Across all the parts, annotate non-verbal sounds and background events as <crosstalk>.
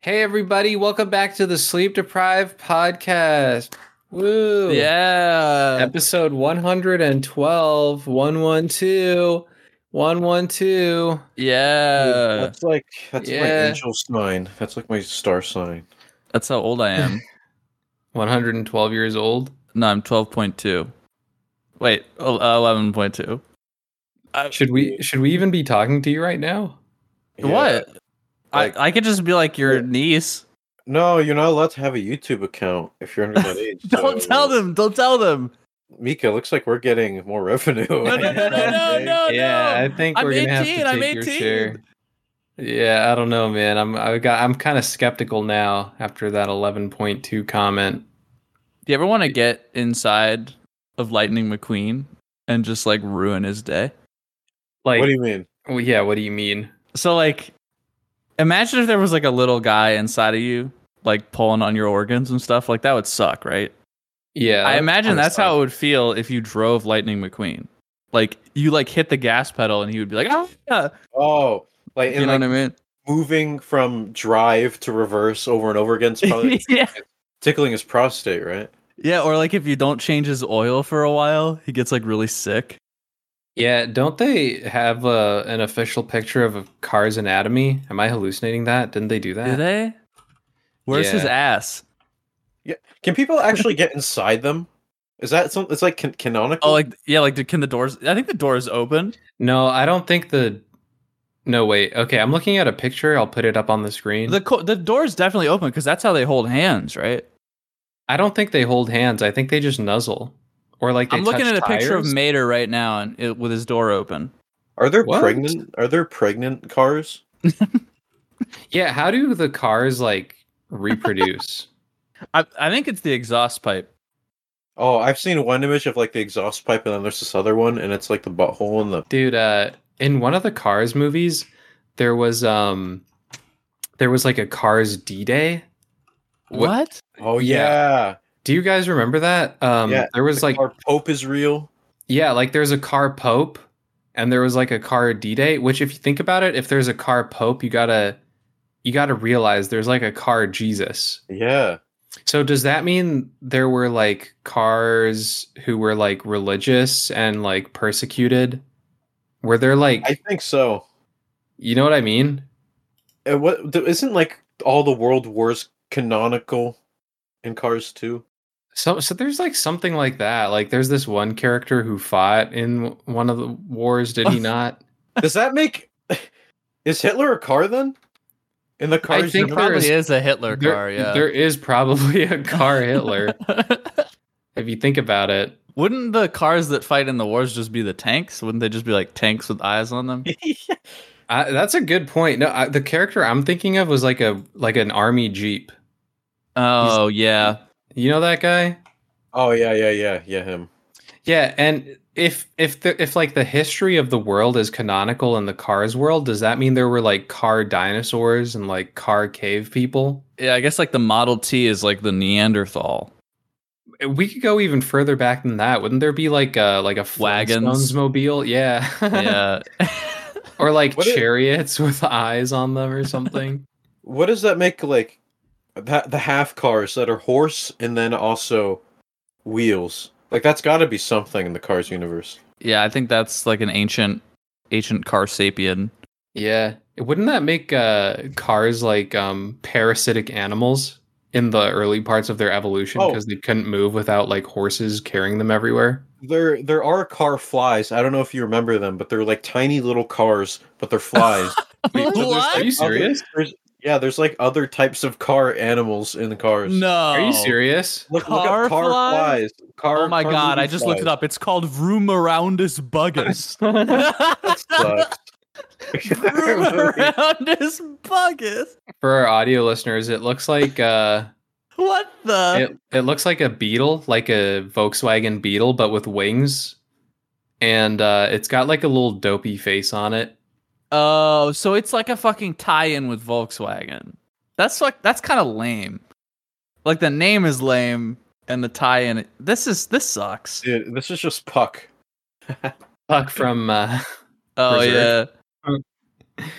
Hey everybody, welcome back to the Sleep Deprived podcast. Woo. Yeah. Episode 112, 112, 112. yeah. that's like that's yeah. my angel sign. That's like my star sign. That's how old I am. <laughs> 112 years old. no, I'm 12.2. Wait, el- uh, 11.2. Should we should we even be talking to you right now? Yeah. What? Like- I, I could just be like your niece. No, you're not allowed to have a YouTube account if you're <laughs> under that age. <laughs> Don't so- tell them. Don't tell them. Mika. Looks like we're getting more revenue. <laughs> <laughs> No, no, no, no, no, yeah, Oh, no. I think I'm we're going to have to 18, take I'm your 18. share. Yeah, I don't know, man. I'm I got I'm kind of skeptical now after that 11.2 comment. Do you ever want to get inside of Lightning McQueen and just like ruin his day? Like what do you mean? well, yeah, what do you mean? So like imagine if there was like a little guy inside of you like pulling on your organs and stuff like that would suck, right? Yeah. I imagine kinda that's sucks. how it would feel if you drove Lightning McQueen. Like you like hit the gas pedal and he would be like, "Ah!" <laughs> Oh, like you and know like what I mean? moving from drive to reverse over and over again is <laughs> probably yeah. tickling his prostate, right? Yeah, or like if you don't change his oil for a while, he gets like really sick. Yeah, don't they have uh, an official picture of a car's anatomy? Am I hallucinating that? Didn't they do that? Do they? Where's his Yeah. ass? Can people actually get inside them? Is that something? It's like can- canonical. Oh, like yeah, like do- can the doors? I think the door is open. No, I don't think the. No, wait. Okay, I'm looking at a picture. I'll put it up on the screen. The co- the door is definitely open because that's how they hold hands, right? I don't think they hold hands. I think they just nuzzle, or like they I'm looking touch at a picture of tires. Mater right now and it, with his door open. are there What? pregnant? Are there pregnant cars? Yeah, how do the cars like <laughs> reproduce? I I think it's the exhaust pipe. Oh, I've seen one image of like the exhaust pipe, and then there's this other one, and it's like the butthole and the dude uh in one of the cars movies there was um there was like a cars d-day What- What? Oh Yeah. yeah, do you guys remember that um Yeah, there was it's like like our Pope is real. yeah like there's a car pope and there was like a car d-day which if you think about it if there's a car pope you gotta you gotta realize there's like a car jesus Yeah, so does that mean there were like cars who were like religious and like persecuted were there like I think so. you know what i mean And what th- isn't like all the world wars canonical in Cars too? So, so there's like something like that. Like, there's this one character who fought in one of the wars. Did he not? Does that make <laughs> is Hitler a car then? In the Cars, think universe? Probably There's- is a Hitler There- car, yeah. there is probably <laughs> a car Hitler <laughs> if you think about it. Wouldn't the cars that fight in the wars just be the tanks? Wouldn't they just be like tanks with eyes <laughs> on them? I, that's a good point. No, I, the character I'm thinking of was like a like an army jeep. Oh yeah. You know that guy? oh yeah, yeah, yeah, yeah, him. Yeah. And if if the, if like the history of the world is canonical in the Cars world, does that mean there were like car dinosaurs and like car cave people? Yeah, I guess like the Model T is like the Neanderthal. <laughs> we could go even further back than that. Wouldn't there be like a like a Wagons. Flintstones mobile? Yeah. Yeah. <laughs> or like What is- chariots <laughs> with eyes on them or something. What does that make like that the half cars that are horse and then also wheels? Like that's got to be something in the Cars universe. yeah, I think that's like an ancient ancient car sapien. yeah. Wouldn't that make uh cars like um parasitic animals in the early parts of their evolution Oh. because they couldn't move without like horses carrying them everywhere? There, there are car flies. I don't know if you remember them, but they're like tiny little cars, but <laughs> they're flies. Wait, so What? there's Are you other- serious? there's- yeah, there's like other types of car animals in the cars. No. Are you serious? Look, look Car up car flies? flies. Car, Oh my car god, movie I just looked it flies. up. It's called Vroomoroundus <laughs> buggus. <laughs> Vroomoroundus Sucks. buggus. For our audio listeners, it looks like uh What the? <laughs> it, it looks like a beetle like a volkswagen beetle but with wings and uh, it's got like a little dopey face on it Oh, so it's like a fucking tie-in with Volkswagen. That's like that's kind of lame. Like the name is lame and the tie-in. This is this sucks. Dude, this is just puck. fuck from uh, <laughs> Oh Berserk.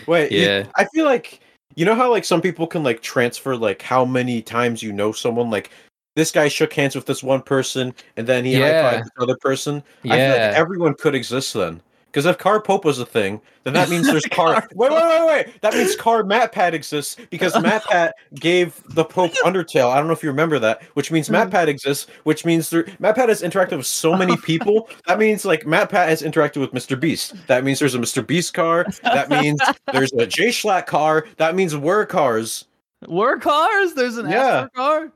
Wait, you- yeah I feel like You know how like some people can like transfer like how many times you know someone like this guy shook hands with this one person and then he Yeah. high fived this other person. I feel Yeah. like everyone could exist then. Because if Car Pope was a thing, then that <laughs> means there's Car. Wait, wait, wait, wait. That means Car Matpat exists because Matpat gave the Pope <laughs> Undertale. I don't know if you remember that, which means Hmm. Matpat exists, which means there, Matpat has interacted with so <laughs> many people. That means like Matpat has interacted with Mr. Beast. That means there's a Mr. Beast car. That means there's a J Schlatt car. That means we're cars. Were cars? There's an Yeah. after car.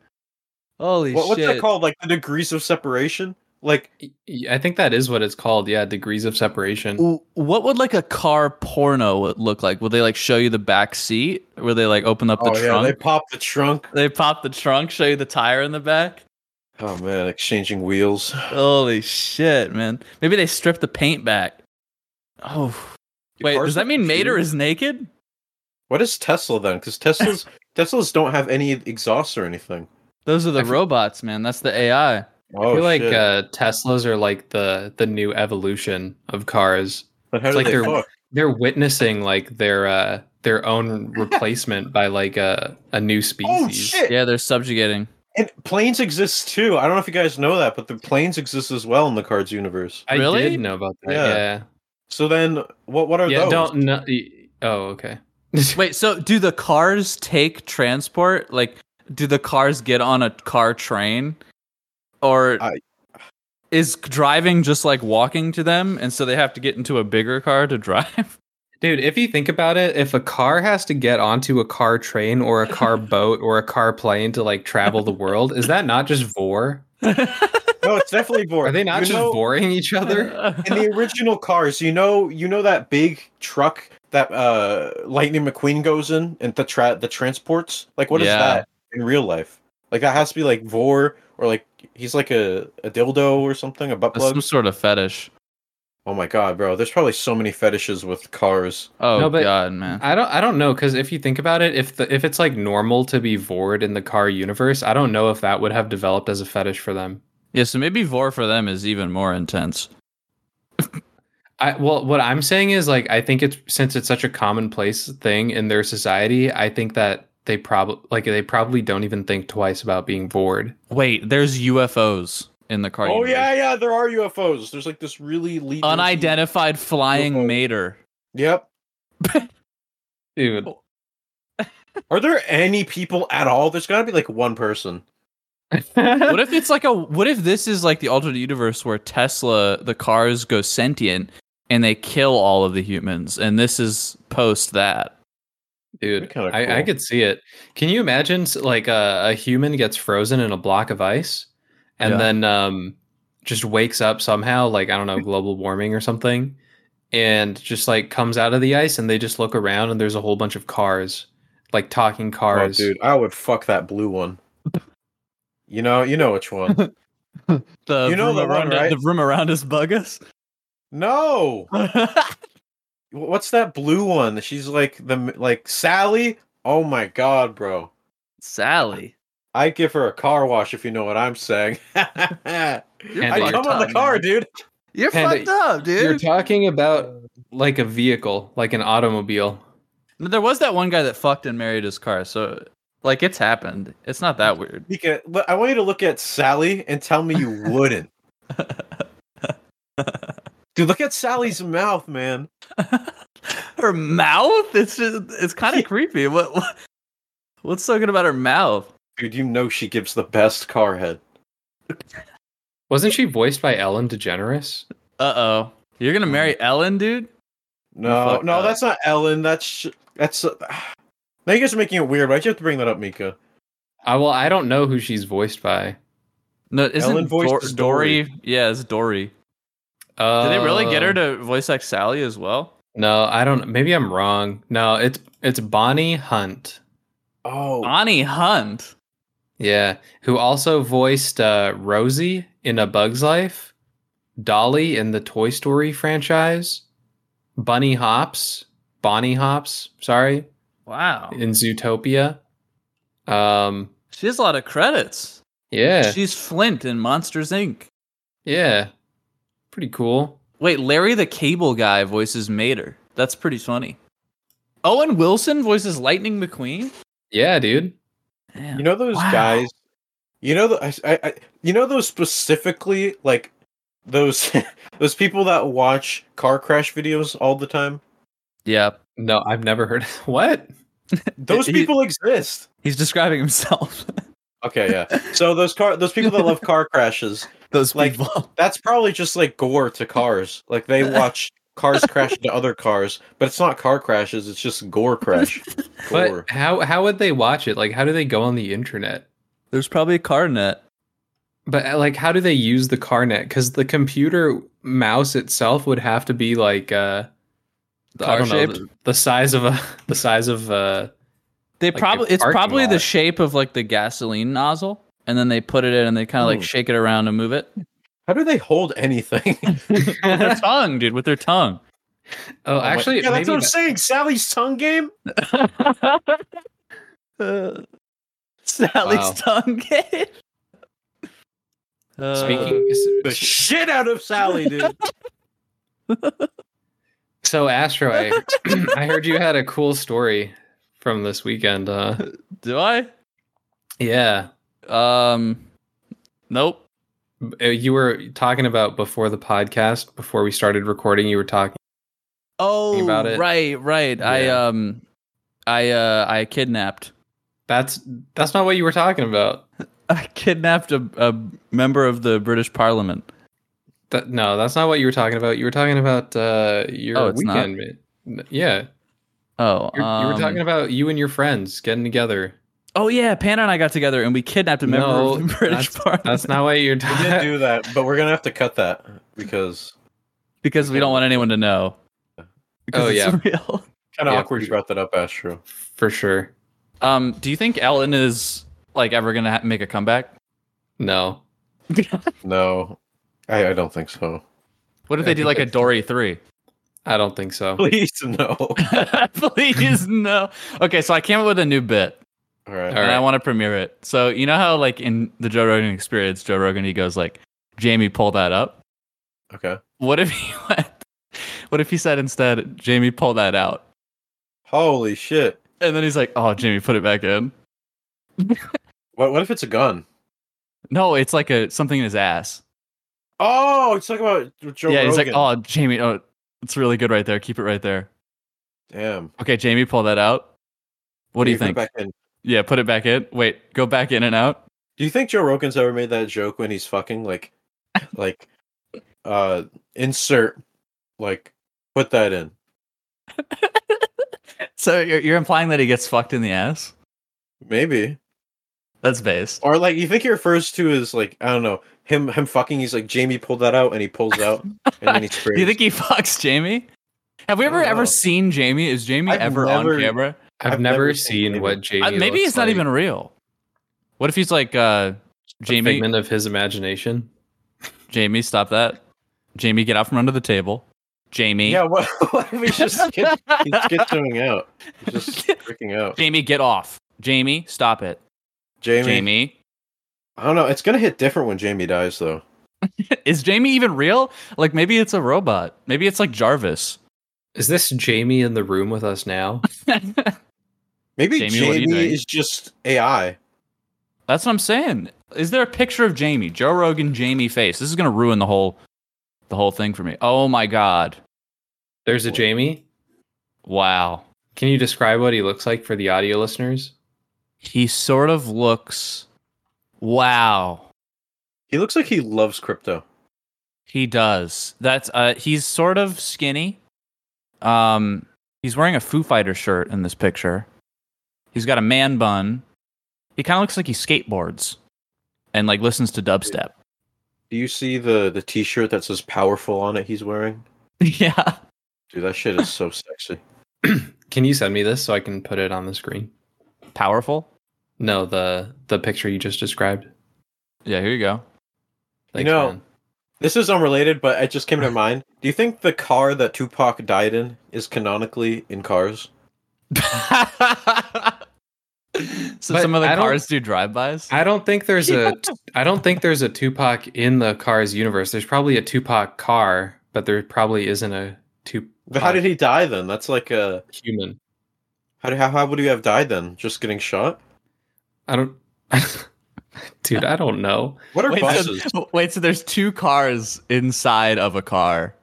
Holy What, what's shit! that called? Like the degrees of separation? Like Y- y- I think that is what it's called. Yeah, degrees of separation. W- What would like a car porno would look like? Would they like show you the back seat? Where they like open up the oh yeah, they trunk? pop the trunk. they pop the trunk, show you the tire in the <sighs> back. Oh man, exchanging wheels. Holy shit, man. Maybe they strip the paint back. Oh. Wait, cars does that not mean Mater confused? is naked? What is Tesla then? <laughs> Because Teslas Teslas don't have any exhaust or anything. Those are the I feel- robots, man. That's the AI. Oh, I feel like shit. uh, Teslas are like the the new evolution of cars. but how it's do like they they're- fuck? They're witnessing like their uh, their <laughs> own replacement by like a a new species. Oh shit! Yeah, they're subjugating. And planes exist too. I don't know if you guys know that, but the planes exist as well in the Cards universe. I Really? did know about that. Yeah. Yeah, So then, what what are yeah. <laughs> those? Don't know. Oh, okay. Wait, so do the cars take transport? Like, do the cars get on a car train? Or I- is driving just like walking to them? And so they have to get into a bigger car to <laughs> drive? Dude, if you think about it, if a car has to get onto a car train or a <laughs> car boat or a car plane to like travel the world, is that not just vor? No, it's definitely boring. Are they not You just know, voring each <laughs> other? in the original Cars? You know, you know that big truck that uh Lightning McQueen goes in and the tra- the transports. Like, what is Yeah. that in real life? Like that has to be like Vor or like he's like a, a dildo or something, a butt plug. Some sort of fetish. Oh my god, bro! There's probably so many fetishes with cars. Oh, No, but- God, man. I don't I don't know cuz if you think about it, if the if it's like normal to be vored in the car universe, I don't know if that would have developed as a fetish for them. Yeah, so maybe Vor for them is even more intense. I well what I'm saying is like I think it's since it's such a commonplace thing in their society, I think that they probably like they probably don't even think twice about being vored. Wait, there's UFOs in the car. Oh universe. yeah, yeah. There are UFOs. There's like this really lead- Unidentified flying UFO. mater. Yep. Dude, Are there any people at all? There's got to be like one person. What if it's like a what if this is like the alternate universe where Tesla the cars go sentient and they kill all of the humans and this is post that. Dude, kinda I, I cool. could see it. Can you imagine s- like a, a human gets frozen in a block of ice and Yeah. then um, just wakes up somehow, like, I don't know, global warming or something, and just like comes out of the ice and they just look around and there's a whole bunch of cars, like talking Oh, cars. dude, I would fuck that blue one. You know, you know <laughs> which one. The You know room the one, around right? the room around us bug us. no, what's that blue one? She's like the like Sally. Oh my god, bro! <laughs> Sally. I'd give her a car wash if you know what I'm saying. <laughs> I You're And fucked you're come on the up, car, man. dude. You're And fucked up, You're dude. talking about like a vehicle, like an automobile. there was that one guy that fucked and married his car, so like it's happened. It's not that weird. Mika, look, I want you to look at Sally and tell me <laughs> you wouldn't. Dude, look at Sally's mouth, man. her mouth it's just it's kind of creepy what, what what's so good about her mouth Dude, you know she gives the best car head. Wasn't she voiced by Ellen DeGeneres? uh-oh you're gonna marry ellen dude No, Fuck no, that. that's not Ellen. That's sh- that's. <sighs> Uh, now you guys are making it weird. Why'd you have to bring that up, Mika? I well, I don't know who she's voiced by. no isn't Ellen voiced Dor- is dory. Dory. yeah it's dory Uh, did they really get her to voice like sally as well No, I don't. Maybe I'm wrong. No, it's it's Bonnie Hunt. Oh, bonnie hunt Yeah, who also voiced uh, Rosie in A Bug's Life, Dolly in the Toy Story franchise, Bunny Hops, Bonnie Hops, sorry, wow in Zootopia. Um, she has a lot of credits yeah, she's flint in monsters inc yeah, pretty cool. wait larry the cable guy voices mater that's pretty funny Owen Wilson voices Lightning McQueen. Yeah, dude. Damn. You know those Wow. guys. You know the I, I, I- you know those specifically like those <laughs> those people that watch car crash videos all <laughs> the time. yeah, No, I've never heard. <laughs> What? Those He- people exist. <laughs> he's describing himself. <laughs> Okay, yeah. So those car those people that love car crashes, Those Like- people. that's probably just like gore to cars. Like <laughs> they watch cars crash into other cars, but it's not car crashes, it's just gore crash. Gore. <laughs> But how how would they watch it? Like, how do they go on the internet? There's probably a car net. But uh, like, how do they use the CarNet? Because the computer mouse itself would have to be like, uh, I don't know, Car-shaped? the, the size of a <laughs> the size of uh, They Like probably your it's parking probably the lot. shape of like the gasoline nozzle, and then they put it in and they kind of like Hmm. shake it around and <laughs> move it. How do they hold anything? With their tongue, dude, with their tongue. oh, actually, yeah, that's maybe what I'm that- saying. Sally's tongue game. <laughs> Uh, Wow. Sally's tongue game. Uh, speaking. <laughs> The shit out of Sally, dude. so Astro, I, <clears throat> I heard you had a cool story from this weekend. Uh, do I? yeah, Um, nope. Uh, you were talking about before the podcast, before we started recording. You were talking. Oh, about it. right, right. I Yeah. um, I uh, I kidnapped. That's that's not what you were talking about. <laughs> I kidnapped a, a member of the British Parliament. That, no, that's not what you were talking about. You were talking about uh, your Oh, it's not? weekend. man. N- Yeah, Oh, You're- you were um, talking about you and your friends getting together. Oh yeah, Panda and I got together and we kidnapped a member No, of the <laughs> British Parliament That's not what you're We did talking. do that, but we're gonna have to cut that because because we don't want anyone to know. Because Oh, it's yeah. real. kind of Yeah, awkward for you brought that up, Astro. <laughs> For sure, Um, do you think Ellen is like ever gonna ha- make a comeback? no. No, I, I don't think so. <laughs> What if I they do think like a that's- Dory three? <laughs> I don't think so. Please no. All Please no. Okay, so I came up with a new bit. right. All and I right. want to premiere it. So you know how like in the Joe Rogan Experience, Joe Rogan he goes like, "Jamie, pull that up." Okay. What if he <laughs> went? What if he said instead, "Jamie, pull that out," Holy shit. and then he's like, "Oh, Jamie, put it back in." What what if it's a gun? No, it's like a something in his ass. Oh, it's talking about Joe yeah, he's like, Rogan. "Oh, Jamie, oh, it's really good right there. Keep it right there." Damn. Okay, Jamie, pull that out. "Oh, What do you Put think? it back in. Yeah, put it back in. Wait, go back in and out. Do you think Joe Rogan's ever made that joke when he's <laughs> fucking like, like, uh, insert, like, put that in? So you're, you're implying that he gets fucked in the ass? Maybe. That's based. Or like, you think he refers to as like, I don't know, him him fucking. He's like, Jamie pulled that out, and he pulls out, and then he sprays. Do you think he <laughs> fucks Jamie? Have we I ever don't know. ever seen Jamie? Is Jamie I've ever never- on camera? I've, I've never never seen seen it. what Jamie. Uh, maybe looks he's not like. even real. What if he's like uh, A Jamie? figment of his imagination. Jamie, stop that! Jamie, get out from under the table. Jamie, Yeah. What, <laughs> what if he's just skit, he's skitching out? He's just freaking out. Jamie, get off! Jamie, stop it! Jamie, Jamie, <laughs> I don't know. It's gonna hit different when Jamie dies, though. is Jamie even real? Like maybe it's a robot. Maybe it's like <laughs> Jarvis. Is this Jamie in the room with us now? Maybe Jamie, what do you Jamie think? is just AI. That's what I'm saying. Is there a picture of Jamie? Joe Rogan, Jamie face. This is gonna ruin the whole, the whole thing for me. Oh my god! There's a Jamie. Wow. Can you describe what he looks like for the audio listeners? He sort of looks. Wow. He looks like he loves crypto. He does. That's uh. He's sort of skinny. Um. He's wearing a Foo Fighter shirt in this picture. He's got a man bun. He kind of looks like he skateboards, and like listens to dubstep. Do you see the the T-shirt that says "powerful" on it? He's wearing. yeah. Dude, that shit is so sexy. Can you send me this so I can put it on the screen? Powerful. No, the the picture you just described. Yeah. Here you go. Thanks, know, man. This is unrelated, but it just came to mind. Do you think the car that Tupac died in is canonically in Cars? <laughs> so But some of the I don't- cars do drive-bys. I don't think there's a I don't think there's a Tupac in the Cars universe. There's probably a Tupac car, but there probably isn't a Tupac But how did he die then? That's like a human. How, how, how would he have died then? Just getting shot? I don't. <laughs> Dude, I don't know. What are Wait buses? so, wait, so there's two cars inside of a car,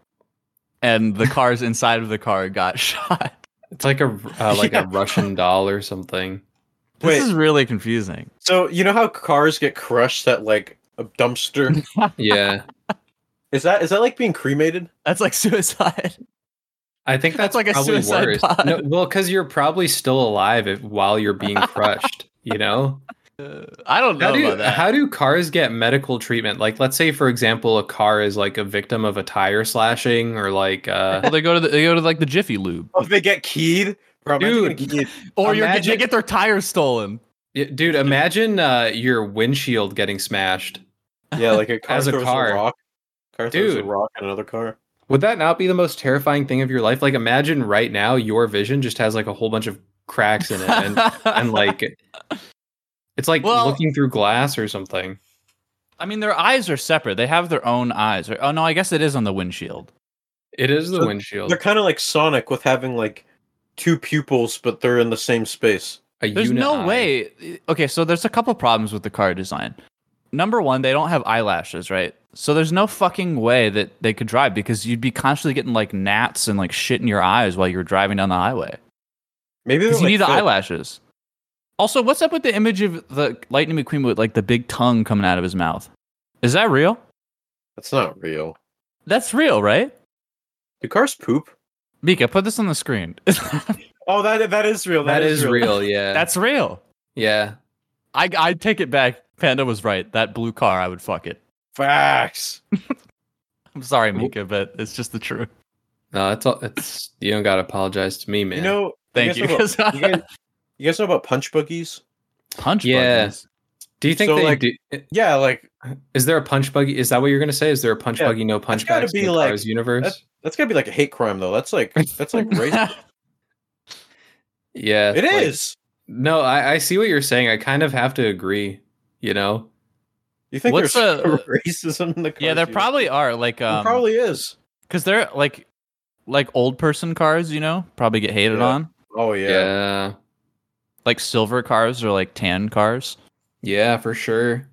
and <laughs> the cars inside of the car got <laughs> shot. It's like a uh, like <laughs> Yeah. a Russian doll or <laughs> something. This Wait. is really confusing. So you know how cars get crushed at like <laughs> a dumpster? Yeah, is that is that like being cremated? That's like <laughs> suicide. I think that's, That's like a probably suicide worse. pod. No, well, because you're probably still alive if, while you're <laughs> being crushed. You know, Uh, I don't how know do about that. how do cars get medical treatment? Like, let's say for example, a car is like a victim of a tire slashing or like uh, well, they go to the, they go to like the Jiffy Lube, Oh, if they get keyed, bro. Dude. imagine getting keyed. or you're, Imagine- they get their tires stolen. y- dude. Imagine uh, your windshield getting smashed. Yeah, like a <laughs> car As a throws car. a rock. Car throws Dude. a rock at another car. Would that not be the most terrifying thing of your life? Like, imagine right now your vision just has like a whole bunch of cracks in it, and, <laughs> and <laughs> like it's like Well- looking through glass or something. I mean, their eyes are separate. They have their own eyes. Or- Oh no, I guess it is on the windshield. It is the So windshield. They're kind of like Sonic with having like two pupils, but they're in the same space. A There's unit no eye. way. Okay, so there's a couple problems with the car design. Number one, they don't have eyelashes, right? So there's no fucking way that they could drive because you'd be constantly getting like gnats and like shit in your eyes while you're driving down the highway. Maybe they're Because you like need the fake. eyelashes. Also, what's up with the image of the Lightning McQueen with like the big tongue coming out of his mouth? Is that real? That's not real. That's real, right? Do cars poop? Mika, put this on the screen. <laughs> Oh, that that is real. that is real. <laughs> Yeah, That's real. yeah. I I take it back. Panda was right. That blue car, I would fuck it. Facts. I'm sorry, Mika, but it's just the truth. No, it's all. It's you don't gotta apologize to me, man. You know. Thank <laughs> you. guys know about- you, guys, you guys know about punch buggies? Punch Yeah. buttons. do you think so, they like, do? Yeah, like Is there a punch buggy? Is that what you're gonna say? Is there a punch Yeah, buggy? No punch gotta bags in be the like- Cars universe. that's- that's gotta be like a hate crime though. That's like that's like racist. yeah, it like- is. No, I, I see what you're saying. I kind of have to agree. You know, You think What's there's a- <laughs> racism in the cars? yeah, there dude? probably are like There um probably is. because they're like like old person cars, you know, probably get hated Yeah. on. Oh yeah, yeah. yeah, Like silver cars or like tan cars. for sure.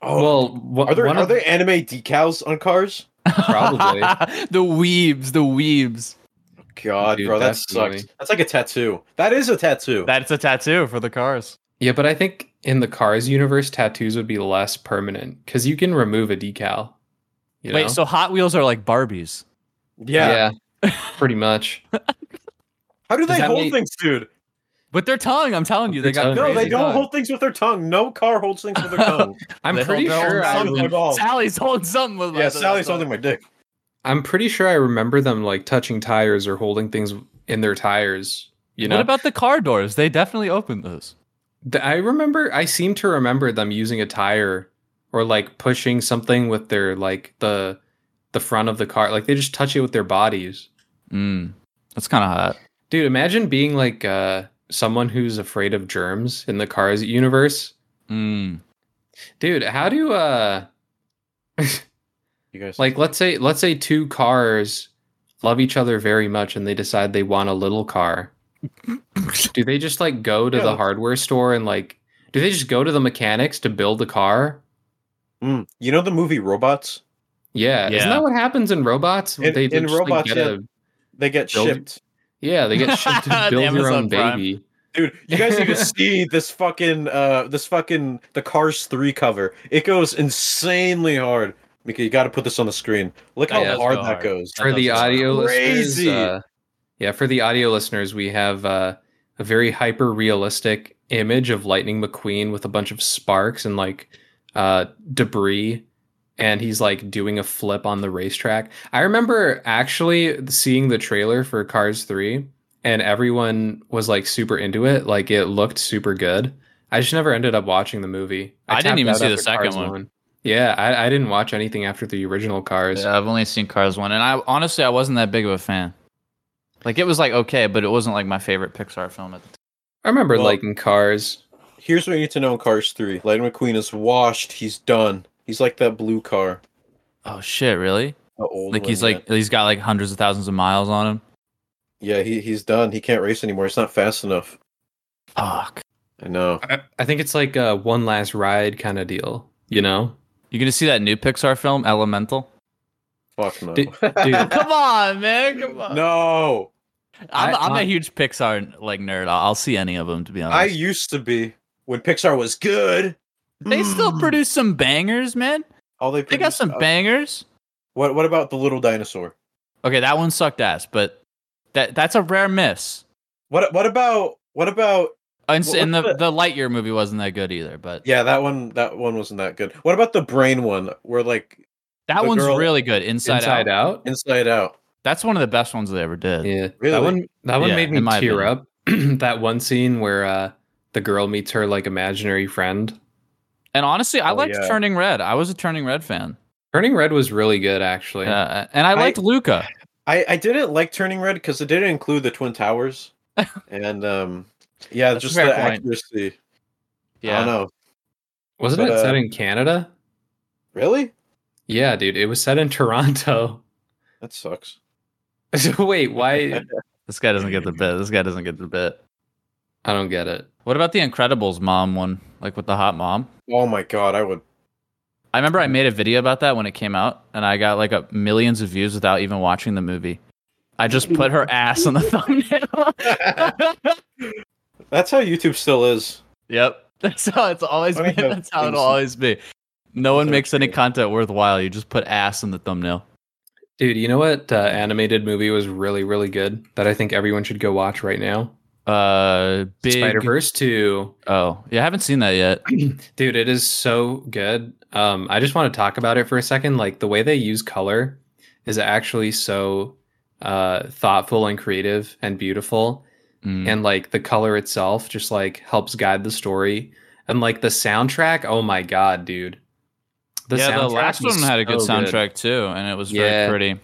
Oh, well, wha- are there one are of- there anime decals on cars? <laughs> <laughs> Probably. <laughs> the weebs, the weebs. God, Dude, bro, that definitely. sucks. That's like a tattoo. That is a tattoo. That's a tattoo for the cars. yeah, but I think in the Cars universe, tattoos would be less permanent because you can remove a decal. You Wait, know? so Hot Wheels are like Barbies. yeah. <laughs> pretty much. How do Does they that hold mean- things, dude? With their tongue, I'm telling you, they With their got tongue. No, they Crazy don't dog. hold things with their tongue. No car holds things with their tongue. I'm They pretty hold their sure. own I tongue. rem- balls. Sally's holding something with yeah, my- Sally's holding my dick. I'm pretty sure I remember them like touching tires or holding things in their tires. You know, What about the car doors? They definitely opened those. Th- I remember. I seem to remember them using a tire or like pushing something with their like the the front of the car. Like they just touch it with their bodies. Mm, that's kind of hot. Dude, imagine being like uh, someone who's afraid of germs in the Cars universe. Mm. Dude, how do uh You guys like let's say let's say two cars love each other very much and they decide they want a little car do they just like go to Yeah, the that's- hardware store and like do they just go to the mechanics to build the car Mm, you know the movie Robots? yeah, isn't Yeah. that what happens in robots In- in like, Robots, get yeah. a- They get Build- shipped. yeah they <laughs> get shipped to The build your Amazon own Prime. baby Dude, you <laughs> guys need to see this fucking uh this fucking the Cars 3 cover. It goes insanely hard. Mika, you gotta put this on the screen. Look Oh, how yeah, it's hard go that hard. goes. for the sound audio crazy. listeners uh, yeah for the audio listeners we have uh, a very hyper realistic image of lightning mcqueen with a bunch of sparks and like uh, debris and he's like doing a flip on the racetrack i remember actually seeing the trailer for cars 3 and everyone was like super into it like it looked super good i just never ended up watching the movie I didn't tapped even out see the after second Cars one. yeah I, I didn't watch anything after the original cars Yeah, I've only seen Cars one, and I honestly I wasn't that big of a fan. Like it was like okay, but it wasn't like my favorite Pixar film at the time. i remember Well- liking cars Here's what you need to know in Cars 3. Lightning McQueen is washed, he's done. He's like that blue car. Oh shit, really? The old Like one, he's yeah. like he's got like hundreds of thousands of miles on him. Yeah, he he's done. He can't race anymore. It's not fast enough. Fuck. I know. I, I think it's like a one last ride kind of deal, you know? You gonna see that new Pixar film, Elemental? Fuck no. Dude- dude. Come on, man. Come on. <laughs> no. I'm, I- I, am my- a huge Pixar like nerd. I'll, I'll see any of them to be honest. I used to be when Pixar was good. they still Mm. produce some bangers, man. All they They got produced- some uh, bangers. What what about the little dinosaur? Okay, that one sucked ass, but that that's a rare miss. What what about what about And, What- and the, what's the Lightyear movie wasn't that good either, but yeah that one that one wasn't that good. What about the brain one where like that the one's girl- really good. Inside, Inside Out. out. Inside Out? That's one of the best ones they ever did. Yeah. Really? That one that one Yeah, made in me my tear opinion. up. <clears throat> that one scene where uh the girl meets her like imaginary friend. And honestly, I Oh, liked yeah. Turning Red. I was a Turning Red fan. Turning Red was really good actually. Yeah, and I liked Luca. I I didn't like Turning Red because it didn't include the <laughs> Twin Towers, and um yeah That's a just the fair point. accuracy. I don't Yeah. know. Wasn't But, it set uh, in Canada? Really? Yeah, dude. It was set in <laughs> Toronto. That sucks. so wait, why This guy doesn't get the bit. This guy doesn't get the bit. I don't get it. What about the Incredibles mom one? Like with the hot mom? Oh my god, I <laughs> would. I remember I made a video about that when it came out, and I got like a millions of views without even watching the movie. I just put <laughs> her ass on the thumbnail. That's how YouTube still is. yep, <laughs> that's how it's always Why been. do you have That's how things- it'll always be. No one Things are makes any cool. content worthwhile. You just put ass in the thumbnail. Dude, you know what uh, animated movie was really, really good that I think everyone should go watch right now? Uh, big. Spider Verse 2. Oh, yeah, I haven't seen that yet. Dude, it is so good. Um, I just want to talk about it for a second. Like the way they use color is actually so uh, thoughtful and creative and beautiful. Mm. And like the color itself just like helps guide the story. And like the soundtrack, oh my god, dude. yeah, the soundtrack last was one had a good so soundtrack too, and it was Yeah. very pretty.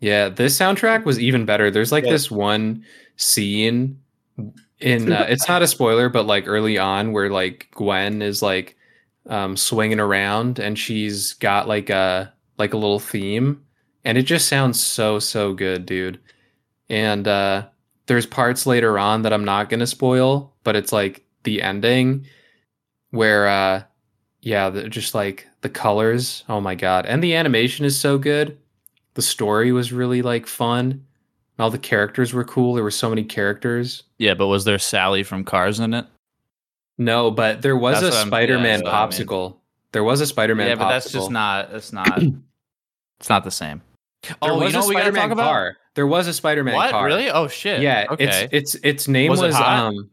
Yeah, this soundtrack was even better. There's like Yeah. this one scene in uh, it's not a spoiler, but like early on where like Gwen is like um, swinging around and she's got like a like a little theme, and it just sounds so so good, dude. And uh, there's parts later on that I'm not gonna spoil, but it's like the ending where uh, yeah, the, just like the colors. Oh my god, and the animation is so good the story was really like fun and all the characters were cool there were so many characters Yeah, but was there Sally from Cars in it? no but there was That's what a I'm- yeah, spider-man that's what I popsicle there was a spider-man yeah, popsicle but that's just not. <clears throat> That's not. it's not the same. there oh, was you know a what we gotta spider-man talk about? car there was a spider-man what car really? Oh shit. yeah Okay. it's it's its name was, Was it hot? um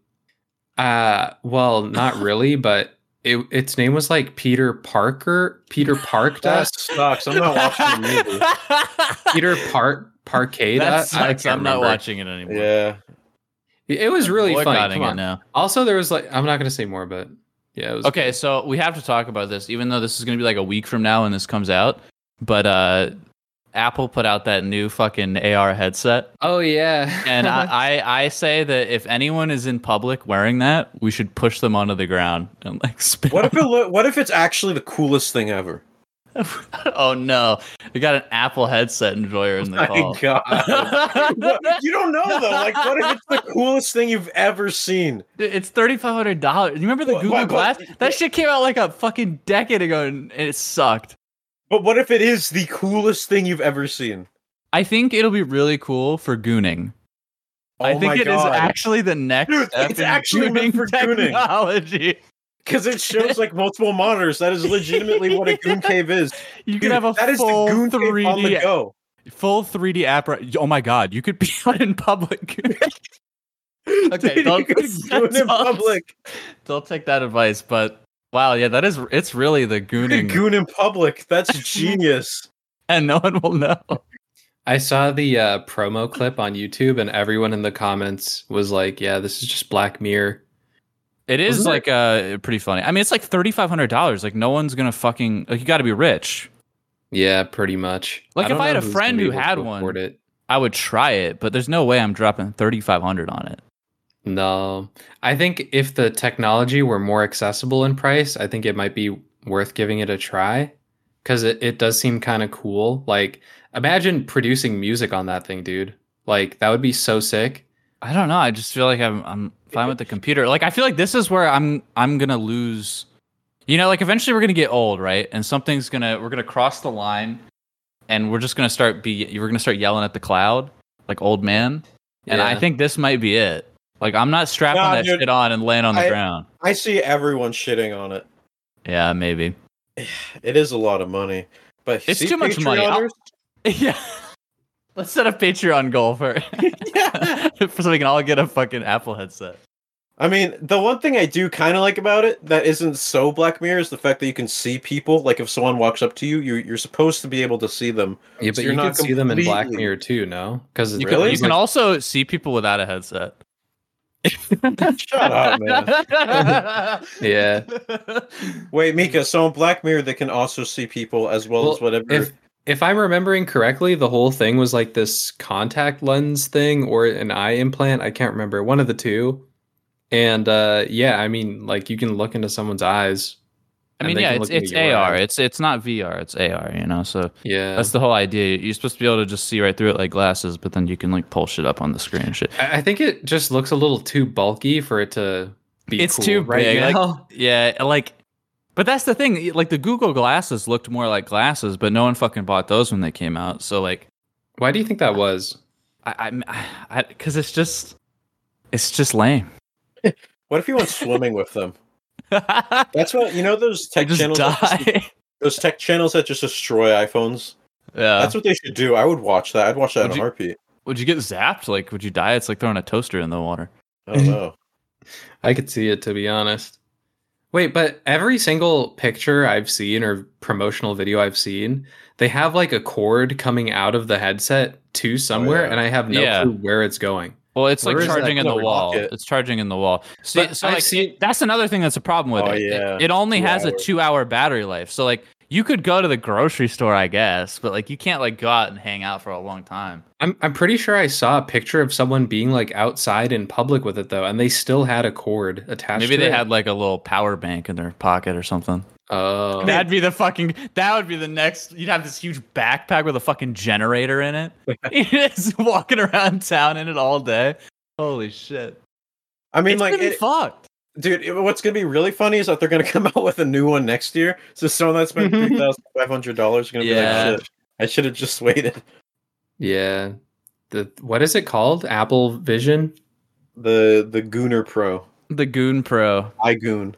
uh well <laughs> not really but it, its name was like peter parker peter parked That us <laughs> sucks. I'm not watching the movie. peter park parkade that us? I sucks. can't I'm not remember. watching it anymore. Yeah. it was really Boycotting funny Come it on. now. also there was like i'm not gonna say more but yeah it was Okay, so we have to talk about this, even though this is gonna be like a week from now when this comes out. But uh, Apple put out that new fucking AR headset, Oh yeah. <laughs> and <laughs> I, I I say that if anyone is in public wearing that, we should push them onto the ground and like <laughs> spin. What if it? Lo- what if it's actually the coolest thing ever? oh no, we got an Apple headset enjoyer in the My call. God. <laughs> What- you don't know though. Like, what if it's the coolest thing you've ever seen? Dude, It's thirty five hundred dollars. You remember the Wha- Google wha- Glass? what- That shit came out like a fucking decade ago, and and it sucked. But what if it is the coolest thing you've ever seen? I think it'll be really cool for gooning. Oh I think my it is God. actually the next. Dude, step it's in actually meant for gooning. technology. because it shows like multiple monitors. That is legitimately what a <laughs> goon cave is. You Dude, could have a that is the full goon cave on the 3D, go. full 3D app. right- Oh my god, you could be <laughs> out in public. <laughs> Okay, Dude, don't- you could <laughs> goon don't- in public. <laughs> Don't take that advice, but wow, yeah, that is. It's really the You could gooning, goon in public. That's genius. <laughs> and no one will know. I saw the uh, promo clip on YouTube, and everyone in the comments was like, "Yeah, this is just Black Mirror." It is Wasn't like uh pretty funny. I mean, it's like thirty five hundred dollars. Like no one's gonna fucking like you got to be rich. Yeah, pretty much. Like, if don't I had know a who's friend gonna be who able had to one- afford it. I would try it, but there's no way I'm dropping thirty five hundred on it. No, I think if the technology were more accessible in price, I think it might be worth giving it a try because it, it does seem kind of cool. Like, imagine producing music on that thing, dude. Like that would be so sick. I don't know. I just feel like I'm I'm fine with the computer. Like I feel like this is where I'm I'm gonna lose. You know, like eventually we're gonna get old, right? And something's gonna we're gonna cross the line, and we're just gonna start be we're gonna start yelling at the cloud like old man. And I Yeah. think this might be it. Like I'm not strapping Nah, that dude. shit on and laying on the I- ground. I see everyone shitting on it. Yeah, maybe. <laughs> It is a lot of money, but It's see too much money. Patreoners? Yeah. Let's set a Patreon goal for, <laughs> <laughs> for <laughs> so we can all get a fucking Apple headset. I mean, the one thing I do kind of like about it that isn't so Black Mirror is the fact that you can see people. Like if someone walks up to you, you're you're supposed to be able to see them. Yeah, but So you you're could not see them in Black completely- Mirror too, no? Because You, Really? can, you can also see people without a headset. <laughs> Shut <laughs> up, man. yeah. Wait, Mika. So in Black Mirror, they can also see people as well, Well, as whatever. If if I'm remembering correctly, the whole thing was like this contact lens thing or an eye implant. I can't remember one of the two. And uh, yeah, I mean, like you can look into someone's eyes. I and mean, they yeah, can it's, look it's into your AR. eyes. It's it's not VR. It's AR. You know, so Yeah, that's the whole idea. You're supposed to be able to just see right through it like glasses, but then you can like pull shit up on the screen. and Shit. I I think it just looks a little too bulky for it to be. It's cool too right big, like- <laughs> now. Yeah, like, but that's the thing. Like the Google glasses looked more like glasses, but no one fucking bought those when they came out. So like, Why do you think that was? I, I, because it's just, it's just <laughs> lame. what if you went swimming with them? I That's what you <laughs> know. Those tech just channels. that just- die. <laughs> those tech channels that just destroy iPhones. <laughs> yeah. That's what they should do. I would watch that. I'd watch Uh. Would that in a you- heartbeat. Would you get zapped? Like, would you die? It's like throwing a toaster in the water. I don't know. I could see it to be honest. Wait, but every single picture I've seen or promotional video I've seen, they have like a cord coming out of the headset to somewhere, yeah. and I have no Yeah. clue where it's going. Well, it's like Where is that? charging in the No, we wall. lock it. It's charging in the wall. See, But so I've like, seen- that's another thing that's a problem with Oh, it. It- yeah. It, only Two has a hours. two-hour battery life. So like, you could go to the grocery store, I guess, but like, you can't like go out and hang out for a long time. I'm I'm pretty sure I saw a picture of someone being like outside in public with it though, and they still had a cord attached. Maybe to they it. had like a little power bank in their pocket or something. Oh, That'd be the fucking. That would be the next. You'd have this huge backpack with a fucking generator in <laughs> it. <laughs> You're just walking around town in it all day. Holy shit! I mean, it's like, been it- fucked. dude, it- what's gonna be really funny is that they're gonna <laughs> come out with a new one next year. So someone <laughs> that spent three thousand five hundred dollars gonna be Yeah. like, shit. I should have just <laughs> waited. yeah. The what is it called? Apple Vision. The the Gooner Pro, The Goon Pro. I Goon.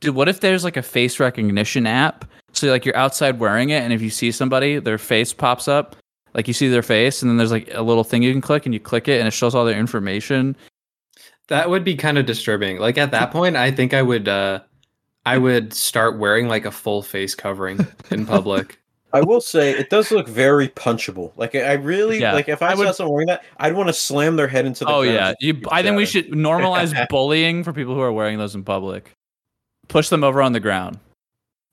Dude, what if there's like a face recognition app? So like you're outside wearing it, and if you see somebody, their face pops up. Like you see their face, and then there's like a little thing you can click, and you click it, and it shows all their information. That would be kind of disturbing. Like at that point, I think I would uh I would start wearing like a full face covering in <laughs> public. I will say it does look very punchable. Like I I really Yeah. like if I, I would- saw someone wearing that, I'd want to slam their head into the. Oh ground. yeah, you, I think we should <laughs> normalize bullying for people who are wearing those in public. Push them over on the ground.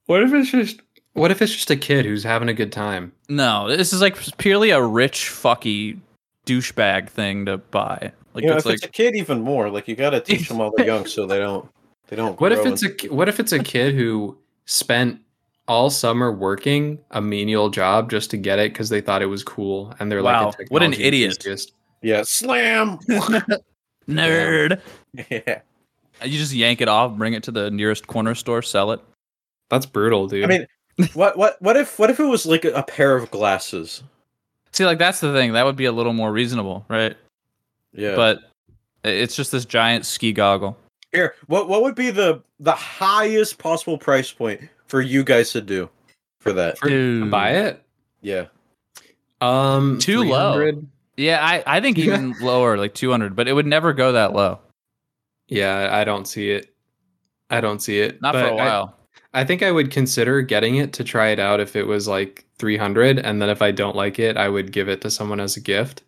what if it's just what if it's just a kid who's having a good time? No, this is like purely a rich fucky douchebag thing to buy. Like you know, it's if like it's a kid, even more. Like you <laughs> gotta teach them while they're young, so they don't they don't. What if grow it's a ki- what if it's a kid who spent all summer working a menial job just to get it because they thought it was cool and they're Wow, like a what an technology idiot. enthusiast. Yeah, <laughs> slam. nerd. yeah. You just yank it off, bring it to the nearest corner store, sell it. That's brutal, dude. I mean, what what what if what if it was like a, a pair of glasses? See, like that's the thing. That would be a little more reasonable, right? Yeah. But i- it's just this giant ski goggle. here, what what would be the the highest possible price point for you guys to do for that? For- to buy it? Yeah. Um Too low. 300? <laughs> Yeah, I, I think even lower, like 200, but it would never go that low. Yeah, I don't see it. I don't see it. Not for But a I- while. I think I would consider getting it to try it out if it was like 300 and then if I don't like it I would give it to someone as a gift.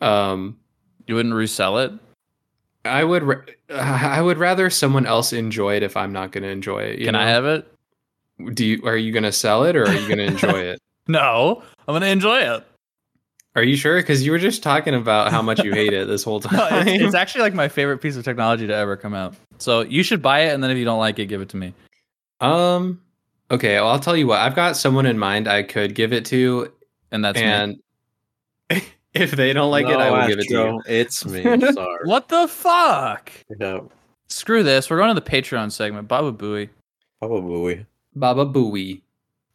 Um you wouldn't resell it? I would ra- I would rather someone else enjoy it if I'm not going to enjoy it. you Can I know? have it? Do you are you going to sell it or are you going to enjoy <laughs> it? No, I'm going to enjoy it. Are you sure cuz you were just talking about how much you hate it this <laughs> whole No, time. it's, it's actually like my favorite piece of technology to ever come out. So you should buy it, and then if you don't like it, give it to me. <laughs> um okay, well, I'll tell you what. I've got someone in mind I could give it to And that's me. and <laughs> If they don't like it, I will give it to you. It's me. <laughs> Sorry. What the fuck? No, Screw this. We're going to the Patreon segment. Baba Booey. probably. Baba Booey.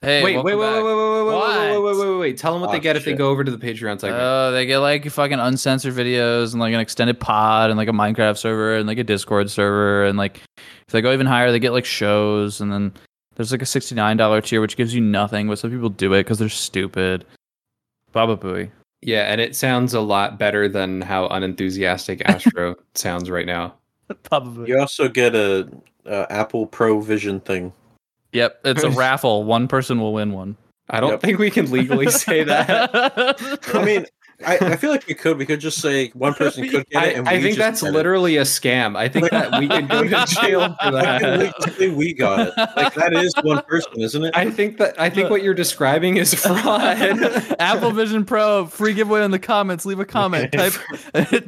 Hey, wait, wait, wait, wait, wait, wait, wait, wait, wait, What? wait, wait, wait, wait. Tell them what they Oh, get if they shit. Uh, go over to the Patreon segment. Oh, they get like fucking uncensored videos and like an extended pod and like a Minecraft server and like a Discord server and like if they go even higher, they get like shows and then there's like a sixty nine dollar tier which gives you nothing, but some people do it because they're stupid. Baba Booey. yeah, and it sounds a lot better than how <laughs> unenthusiastic Astro sounds right now. <laughs> Baba Booey. You also get a, a Apple Pro Vision thing. Yep, it's <laughs> a raffle. One person will win one. I don't Yep. think we can legally <laughs> say that. I mean, I, I feel like we could. We could just say one person could get I, it. And I we think just that's get it. literally a scam. I think that we could go to <laughs> jail for Why can we that. just say we got it? Like that is one person, isn't <laughs> it? I think that I think what you're describing <laughs> is fraud. <laughs> <laughs> Apple Vision Pro free giveaway in the comments. Leave a <laughs> comment. Type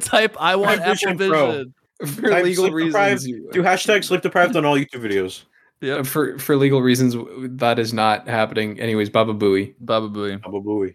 <laughs> type I want Apple Apple Vision Pro. Vision. for I'm legal sleep deprived. reasons. you- Do hashtag sleep deprived on all YouTube videos. for for legal reasons, that is not happening. Anyways, Baba Booey. Baba Booey. Baba Booey.